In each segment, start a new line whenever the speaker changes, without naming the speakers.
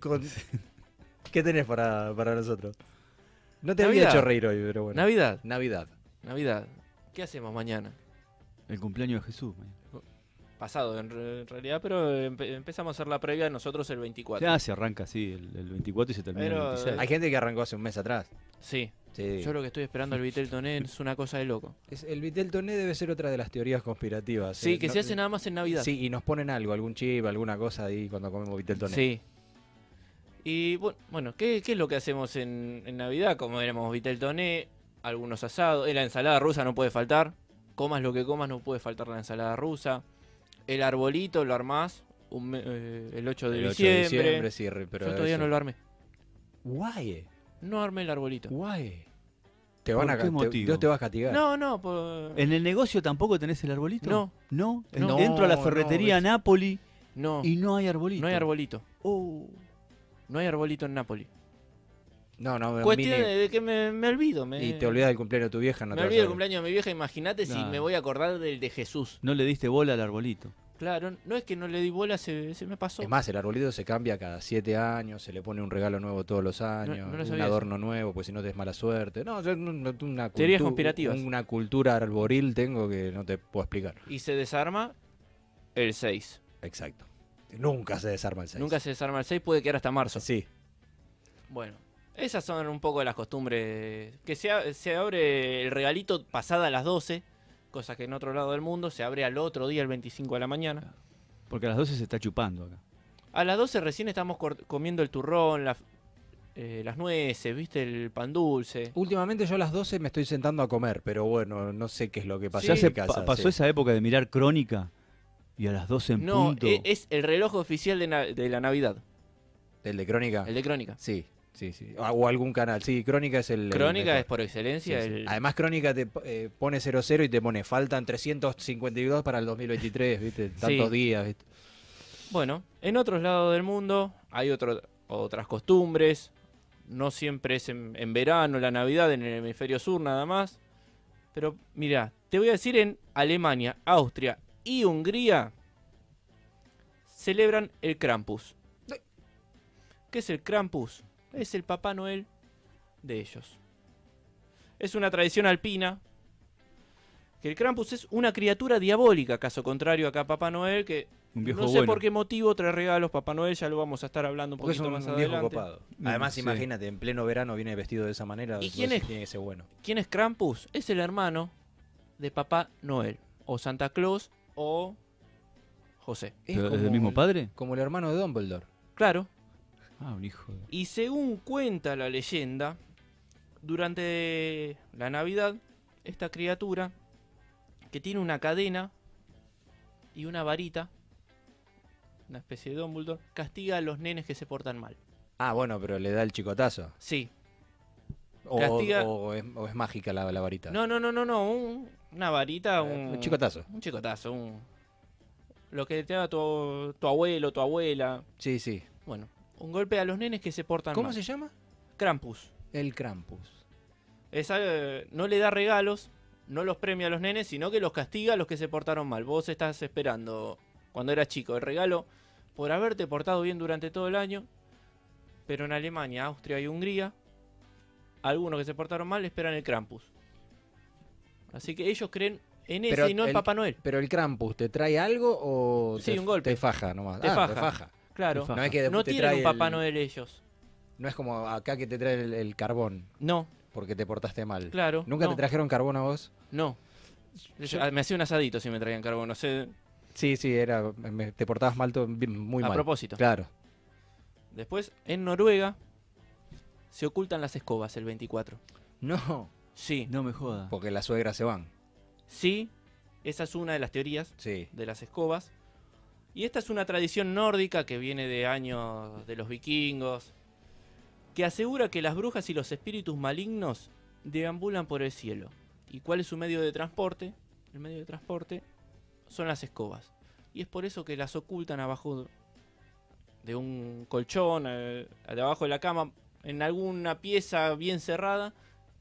Con- ¿Qué tenés para, para nosotros? No te
Navidad.
había hecho reír hoy, pero bueno.
Navidad,
Navidad.
Navidad. ¿Qué hacemos mañana?
El cumpleaños de Jesús. man.
Pasado en, re- en realidad, pero empe- empezamos a hacer la previa nosotros el 24.
Ya se arranca así el, el 24 y se termina
Pero,
el
eh,
26.
Hay gente que arrancó hace un mes atrás.
Sí.
Sí.
Yo lo que estoy esperando al Vitel Toné es una cosa de loco.
Es- el Vitel Toné debe ser otra de las teorías conspirativas.
Sí,
eh,
que
no-
se hace nada más en Navidad.
Sí, y nos ponen algo, algún chip, alguna cosa ahí cuando comemos Vitel Toné.
Sí. Y bu- bueno, ¿qué, qué es lo que hacemos en, en Navidad? Como éramos Vitel Toné, algunos asados, eh, la ensalada rusa no puede faltar. Comas lo que comas, no puede faltar la ensalada rusa. El arbolito lo armás un me- eh, el 8 de
El 8
diciembre.
diciembre, sí, re- pero
Yo todavía
eso-
no lo armé.
Guay,
No armé el arbolito.
guay. Te van
¿Por
a
qué
ca- te-
motivo?
Dios te va a castigar.
No, no, por-
¿En el negocio tampoco tenés el arbolito?
No.
No.
No.
Entro a la
No,
ferretería
ves.
Napoli
no,
y no hay arbolito.
no hay arbolito.
Oh.
No hay arbolito en Nápoles.
no, no,
Cuestión
Mini,
de, de que me, me olvido. Me,
Y te olvidas del cumpleaños de tu vieja, no
me
te vas a
olvido el
acordar.
cumpleaños de mi vieja. Imagínate si
Nah.
me voy a acordar del de Jesús.
No le diste bola al arbolito.
Claro, no es que no le di bola, se, se me pasó.
Es más, el arbolito se cambia cada siete años, se le pone un regalo nuevo todos los años,
no lo
un
sabía
adorno nuevo, pues si no te es mala suerte. No, yo no- no- una,
Teorías
cultu-
conspirativas.
una cultura arboril tengo que no te puedo explicar.
Y se desarma el 6.
Exacto. Nunca se desarma el 6.
Nunca se desarma el 6, puede quedar hasta marzo.
Sí.
Bueno, esas son un poco las costumbres. Que se, a- se abre el regalito pasada las 12, cosa que en otro lado del mundo se abre al otro día, el 25 de la mañana.
Porque a las 12 se está chupando acá.
A las 12 recién estamos cor- comiendo el turrón, la f- eh, las nueces, viste, el pan dulce.
Últimamente yo a las 12 me estoy sentando a comer, pero bueno, no sé qué es lo que pasa
Sí.
ya
en
se
mi casa,
pa- pasó
sí.
esa época de mirar crónica y a las 12 en
No,
punto.
e- es el reloj oficial de, na- de la Navidad,
¿El de Crónica?
el de Crónica.
Sí, sí, sí. O- O algún canal. Sí, Crónica es Ah, el... el
Crónica
mejor.
es por
Sí,
excelencia
sí. Ah,
el,
Además, Crónica te eh, pone 00 y te pone faltan 352 para el 2023, ¿viste? Tantos
Sí.
días, ¿viste?
Bueno, en otros lados del mundo hay otro- otras costumbres. No siempre es en, en verano, la Navidad, en el hemisferio sur nada más. Pero mira, te voy a decir en Alemania, Austria y Hungría celebran el Krampus. ¿Qué es el Krampus? Es el Papá Noel de ellos. Es una tradición alpina. Que el Krampus es una criatura diabólica, caso contrario acá a Papá Noel, que
un viejo
no sé
bueno.
por qué motivo trae regalos Papá Noel, ya lo vamos a estar hablando un
Porque es
poquito
un
más
viejo
adelante.
copado.
Mm,
Además,
sí.
imagínate, en pleno verano viene vestido de esa manera.
¿Y
pues,
quién es?
Tiene que ser bueno.
¿Quién es Krampus? Es el hermano de Papá Noel, o Santa Claus, o José.
¿Pero ¿Es del mismo padre?
Como el hermano de Dumbledore.
Claro,
Ah, un hijo de...
y según cuenta la leyenda, durante la Navidad, esta criatura, que tiene una cadena y una varita, una especie de Dumbledore, castiga a los nenes que se portan mal.
Ah, bueno, pero le da el chicotazo.
Sí,
O,
Castiga-
o es, o es mágica la, la varita.
No, no, no, no, no. un- una varita,
Eh,
un,
un chicotazo.
Un chicotazo, un. Lo que te da tu, tu abuelo, tu abuela.
Sí, sí.
Bueno, un golpe a los nenes que se portan
¿Cómo
mal.
se llama?
Krampus.
El Krampus.
Esa, eh, no le da regalos, no los premia a los nenes, sino que los castiga a los que se portaron mal. Vos estás esperando, cuando eras chico, el regalo por haberte portado bien durante todo el año. Pero en Alemania, Austria y Hungría, algunos que se portaron mal esperan el Krampus. Así que ellos creen en ese
Pero
y no en
el-
Papá Noel.
Pero el Krampus, ¿te trae algo o
Sí,
te,
un golpe.
te faja nomás?
Te
Ah,
faja.
Te faja.
Claro,
Faja.
No es que
no
te
tienen
trae
un Papá
el-
Noel ellos.
No es como acá que te trae el, el carbón
No,
porque te portaste mal.
claro.
¿Nunca
no,
te trajeron carbón a vos?
No. Ah, Me hacía un asadito si me traían carbón, no sé.
Sí, sí, era, me- te portabas mal, todo- muy
a
mal.
propósito.
Claro.
Después, en Noruega, se ocultan las escobas el 24.
No,
Sí,
No me joda.
porque las suegras se van.
sí, esa es una de las teorías
Sí.
de las escobas. Y esta es una tradición nórdica que viene de años de los vikingos, que asegura que las brujas y los espíritus malignos deambulan por el cielo. ¿Y cuál es su medio de transporte? El medio de transporte son las escobas. Y es por eso que las ocultan abajo de un colchón, eh, debajo de la cama, en alguna pieza bien cerrada,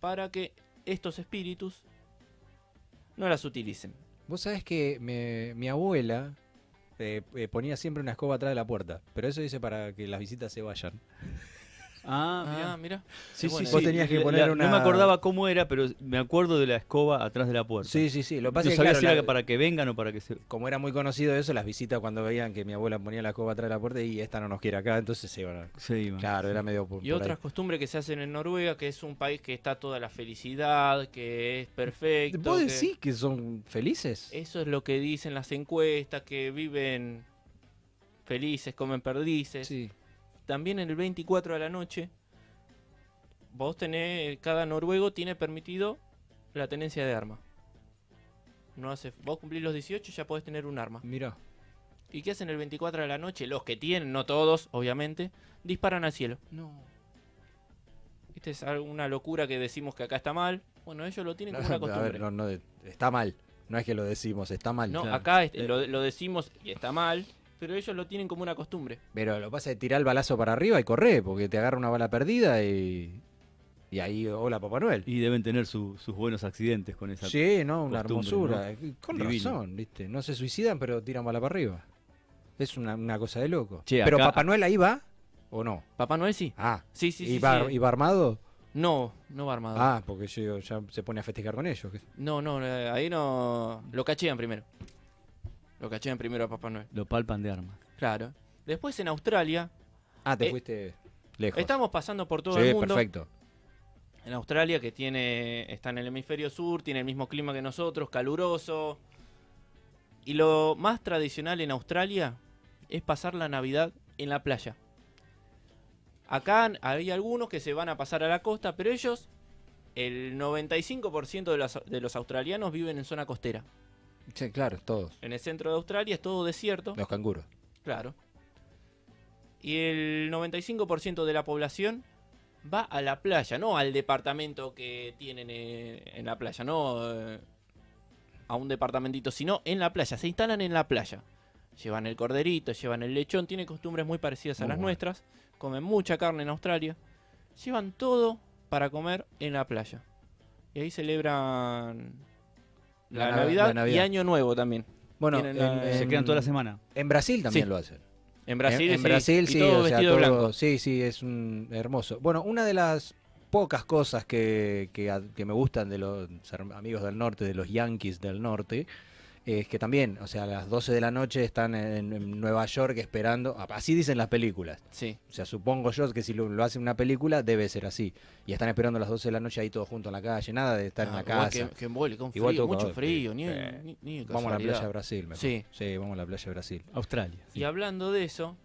para que estos espíritus no las utilicen.
Vos sabés que me- mi abuela eh, eh, ponía siempre una escoba atrás de la puerta. Pero eso dice para que las visitas se vayan.
Ah,
Ah, mirá.
mira.
Sí, sí,
bueno.
sí.
Vos tenías que poner una-
No me acordaba cómo era, pero me acuerdo de la escoba atrás de la puerta.
Sí, sí, sí. Lo que
No
pasa es
sabía
que, claro,
si era
la-
para que vengan o para que se...
como era muy conocido eso, las visitas cuando veían que mi abuela ponía la escoba atrás de la puerta y esta no nos quiere acá, entonces se iban. a-
se iban.
Claro, era medio por-
Y
por ahí.
otras costumbres que se hacen en Noruega, que es un país que está toda la felicidad, que es perfecto.
¿Vos
que-
decís que son felices?
Eso es lo que dicen las encuestas, que viven felices, comen perdices.
Sí.
También en el 24 de la noche, vos tenés, cada noruego tiene permitido la tenencia de arma. No hace, vos cumplís los 18 ya podés tener un arma.
Mira.
¿Y qué hacen el 24 de la noche? Los que tienen, no todos, obviamente, disparan al cielo.
No.
Esta es algo- una locura que decimos que acá está mal. Bueno, ellos lo tienen
No,
como una
a
costumbre.
ver, no, no, está mal. No es que lo decimos, está mal.
no,
claro.
acá este,
Eh.
lo, lo decimos y está mal, pero ellos lo tienen como una costumbre.
Pero lo que pasa es tirar el balazo para arriba y correr, porque te agarra una bala perdida y. Y ahí, hola Papá Noel.
Y deben tener su- sus buenos accidentes con esa...
Sí, no, una
costumbre,
hermosura. Con
Divino.
razón, ¿viste? No se suicidan, pero tiran bala para arriba. Es una, una cosa de loco.
Che,
pero
acá-
Papá Noel ahí va o no.
Papá Noel sí.
Ah,
Sí, sí,
¿y,
sí.
va,
sí.
y va armado?
No, no va armado.
Ah, porque yo digo, ya se pone a festejar con ellos. que-
No, no, eh, ahí no. Lo cachean primero. Lo cachean primero a Papá Noel.
Lo palpan de arma.
Claro. Después en Australia,
Ah, te
Eh,
fuiste lejos.
estamos pasando por todo
sí,
el mundo.
perfecto.
En Australia, que tiene está en el hemisferio sur, tiene el mismo clima que nosotros, caluroso. Y lo más tradicional en Australia es pasar la Navidad en la playa. Acá hay algunos que se van a pasar a la costa, pero ellos, el 95% de, las- de los australianos viven en zona costera.
Sí, claro, todos.
En el centro de Australia es todo desierto.
Los canguros.
Claro. Y el 95% de la población va a la playa, no al departamento que tienen eh, en la playa, no eh, a un departamentito, sino en la playa. Se instalan en la playa. Llevan el corderito, llevan el lechón, tienen costumbres muy parecidas a
Muy
las
bueno.
nuestras. Comen mucha carne en Australia. Llevan todo para comer en la playa. Y ahí celebran
La nav-
la,
la
Navidad, y
Navidad.
Año Nuevo también.
Bueno, en,
Tienen la-
Se
en-
quedan toda la semana.
en Brasil también
Sí.
lo hacen.
En Brasil,
en, en
sí,
Brasil
y
sí,
todo
o sea,
vestido
todo-
blanco.
sí, sí, es un hermoso. Bueno, una de las pocas cosas que, que a- que me gustan de los her- amigos del norte, de los yankees del norte, es que también, o sea, a las 12 de la noche están en, en Nueva York esperando, a- así dicen las películas.
Sí.
O sea, supongo yo que si lo, lo hace una película debe ser así. Y están esperando a las 12 de la noche ahí todos juntos en la calle, nada de estar en la
Ah, igual
casa.
Que, que embole, con
Igual
frío,
todo
mucho
cagado,
frío,
sí.
ni,
Eh,
ni- ni
Vamos a la
casualidad.
playa de Brasil, mejor.
Sí.
sí, vamos a la playa de Brasil.
Australia. sí.
Y hablando de eso,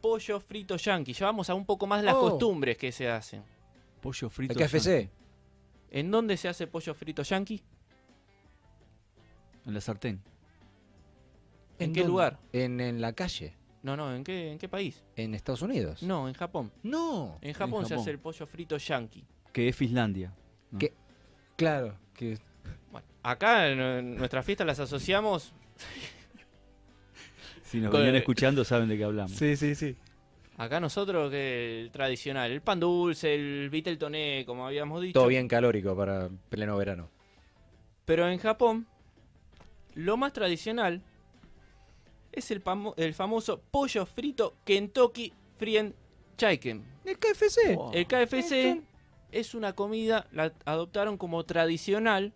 pollo frito yanqui. Ya vamos a un poco más las
Oh.
costumbres que se hacen.
Pollo frito.
El KFC,
¿En dónde se hace pollo frito yanqui?
En la sartén.
¿En,
¿En
qué
dónde?
lugar?
en, en la calle,
No, no, ¿en qué, ¿en qué país?
en Estados Unidos.
No, en Japón.
No.
En Japón, se
Japón.
hace el pollo frito yanqui.
Que es Finlandia. ¿no?
Que- Claro, que
Bueno, acá en, en nuestras fiestas las asociamos
Si nos
Con-
venían escuchando saben de qué hablamos.
Sí, sí, sí.
acá nosotros que el tradicional, el pan dulce, el vitel toné, como habíamos dicho.
Todo bien calórico para pleno verano.
Pero en Japón, lo más tradicional es el, pamo- el famoso pollo frito Kentucky Fried Chicken.
¿El KFC?
Wow.
El KFC es una comida, la adoptaron como tradicional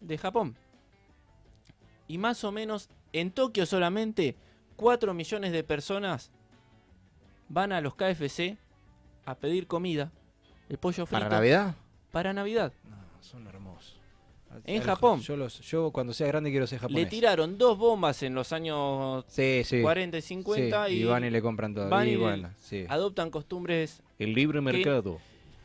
de Japón. Y más o menos en Tokio solamente 4 millones de personas van a los KFC a pedir comida, el pollo frito,
¿Para Navidad?
para Navidad.
No, son hermosos.
En Japón.
Yo, los, yo cuando sea grande quiero ser japonés.
Le tiraron dos bombas en los años
Sí, sí.
40 y 50
sí,
y,
van y le compran todo.
van
Y
y-
bueno, sí.
adoptan costumbres.
El libre
mercado.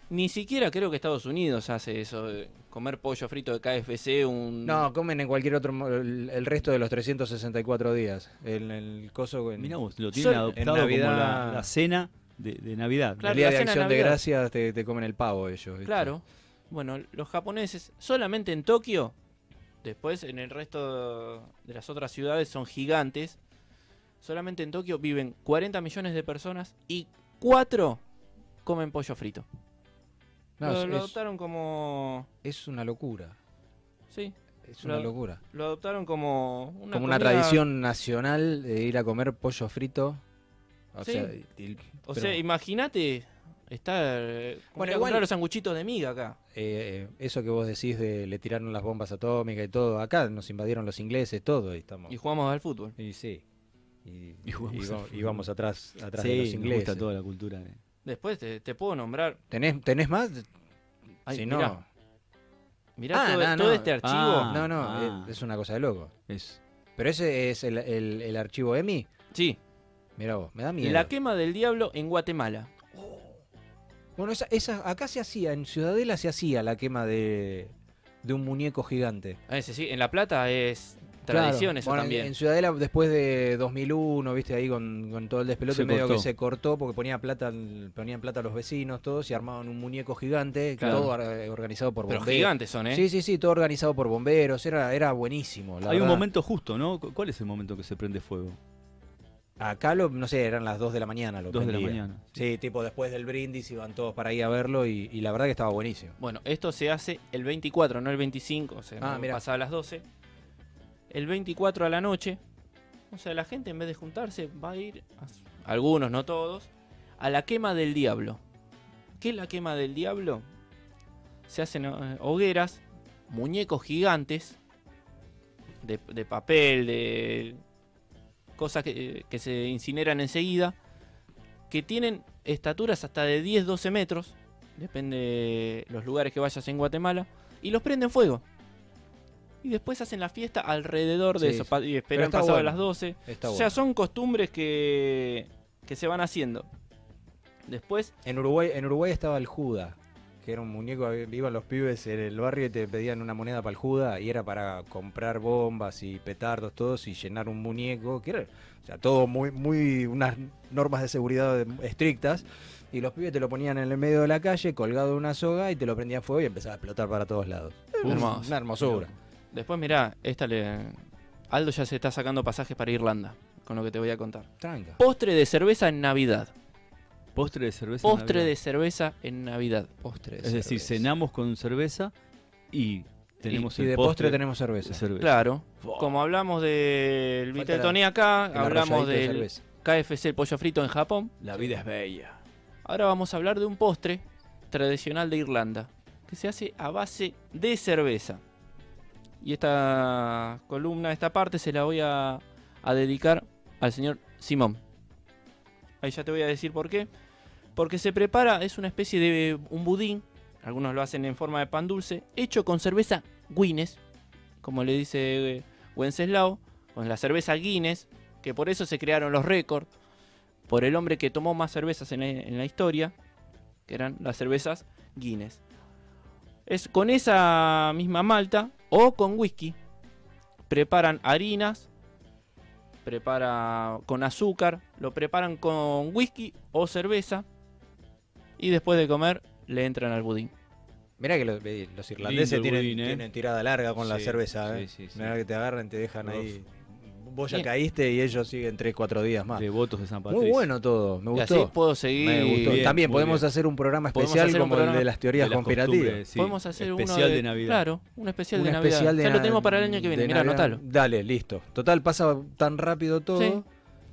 Ni siquiera creo que Estados Unidos hace eso, de comer pollo frito de KFC, un...
No, comen en cualquier otro. mo- El, el resto de los 364 días. En el coso. En,
Mirá vos, lo tienen
Sol-
adoptado
en
como la,
Navidad-
la cena de, de Navidad.
el
Claro.
día
la
de
cena de
acción de,
Navidad.
gracias te, te comen el pavo ellos. ¿viste?
Claro. Bueno, los japoneses solamente en Tokio, después en el resto de las otras ciudades son gigantes, solamente en Tokio viven 40 millones de personas y 4 comen pollo frito.
No,
lo,
es-
lo
es,
adoptaron como...
es una locura.
Sí,
Es una
Lo-
locura.
Lo adoptaron como una,
Como una
comida-
tradición nacional de ir a comer pollo frito. O
Sí.
sea, y-
O
pero, eh,
sea, imagínate estar. eh,
Bueno,
Bueno,
igual-
los sanguchitos de miga acá.
eh, eso que vos decís de le tiraron las bombas atómicas y todo. Acá nos invadieron los ingleses, todo. Y estamos.
Y jugamos al fútbol.
Y sí. Y,
Y jugamos
y
al
va- y
fútbol.
vamos atrás, atrás
Sí,
de los
nos
ingleses.
gusta toda la cultura. eh.
Después te, te puedo nombrar.
¿Tenés, ¿Tenés más?
Ay,
si
mirá,
no.
mirá
Ah,
todo,
no,
todo
no.
este archivo.
Ah.
No, no,
ah.
eh, es una cosa de loco.
Es
Pero ese es el, el- el archivo EMI.
Sí,
Mira vos, me da miedo.
la quema del diablo en Guatemala.
Bueno, esa, esa- acá se hacía, en Ciudadela se hacía la quema de, de un muñeco gigante.
Ah, ese sí, en La Plata es
Claro.
tradición eso
Bueno, en-
también.
En Ciudadela, después de 2001, viste ahí con, con todo el despelote,
Se
medio que
cortó.
se cortó porque ponía plata, ponían plata a los vecinos, todos, y armaban un muñeco gigante,
Claro.
todo eh, organizado por
Pero
bomberos.
gigantes son, ¿eh?
Sí, sí, sí, todo organizado por bomberos, era, era buenísimo. la
Hay un
verdad.
momento justo, ¿no? Cu- ¿Cuál es el momento que se prende fuego?
Acá, lo, no sé, eran las 2 de la mañana. Lo
Dos de la
prendían.
mañana.
Sí, tipo después del brindis iban todos para ahí a verlo y, y la verdad que estaba buenísimo.
Bueno, esto se hace el 24, no el 25, o sea,
Ah,
no
mirá.
pasa a las 12. El 24 a la noche. O sea, la gente en vez de juntarse va a ir, a su- algunos, no todos, a la quema del diablo. ¿Qué es la quema del diablo? Se hacen eh, hogueras, muñecos gigantes de, de papel, de cosas que, que se incineran enseguida, que tienen estaturas hasta de 10-12 metros depende los lugares que vayas en Guatemala, y los prenden fuego. Y después hacen la fiesta alrededor de
Sí,
eso,
sí.
pa- y esperan
está
pasado
bueno.
las 12.
Está
o
bueno.
sea, son costumbres que, que se van haciendo. Después,
En Uruguay, en Uruguay estaba el Juda, que era un muñeco, iban los pibes en el barrio y te pedían una moneda para el Juda y era para comprar bombas y petardos todos y llenar un muñeco, que era, o sea, todo muy, muy, unas normas de seguridad estrictas. Y los pibes te lo ponían en el medio de la calle, colgado de una soga, y te lo prendían fuego y empezaba a explotar para todos lados. Era un-
Hermoso.
Una hermosura.
después mirá, esta le... Aldo ya se está sacando pasajes para Irlanda, con lo que te voy a contar.
Tranca.
Postre de cerveza en Navidad.
Postre de cerveza. en
Postre de
Navidad.
cerveza en Navidad.
Postre de
Es decir,
cerveza.
cenamos con cerveza y tenemos
Y
el
de postre, tenemos cerveza.
de cerveza.
Claro.
Buah.
Como hablamos del
Falta
Vitel
la-
Toné acá,
El
hablamos
arrolladito de
del
cerveza.
KFC, el pollo frito en Japón.
La vida es bella.
Ahora vamos a hablar de un postre tradicional de Irlanda que se hace a base de cerveza. Y esta columna, esta parte, se la voy a, a dedicar al señor Simón. Ahí ya te voy a decir por qué. Porque se prepara, es una especie de un budín, algunos lo hacen en forma de pan dulce, hecho con cerveza Guinness, como le dice eh, Wenceslao, con la cerveza Guinness, que por eso se crearon los récords por el hombre que tomó más cervezas en la, en la historia, que eran las cervezas Guinness. Es con esa misma malta o con whisky. Preparan harinas, prepara con azúcar, lo preparan con whisky o cerveza y después de comer le entran al budín.
Mirá que los, eh, los irlandeses
Lindo el
tienen,
budín, ¿eh?
tienen tirada larga con la
Sí,
cerveza.
sí,
eh.
sí, sí.
Mirá que te agarran y te dejan
Uf.
ahí. Vos ya
Bien.
caíste y ellos siguen 3, 4 días más.
Devotos de San Patricio.
Muy bueno todo, me
Y así
gustó.
puedo seguir.
Me gustó.
Bien,
También
muy
podemos
bien.
hacer un programa
Podemos
especial
hacer un
como
programa
el de las
De
teorías
las
conspirativas.
costumbres, sí.
Podemos hacer uno
especial de, Navidad.
Claro, un especial
Un
de Navidad.
especial de
ya lo
na-
tenemos para el año que viene.
de
Mira,
Navidad.
anotalo.
Dale, listo. Total, pasa tan rápido todo
Sí.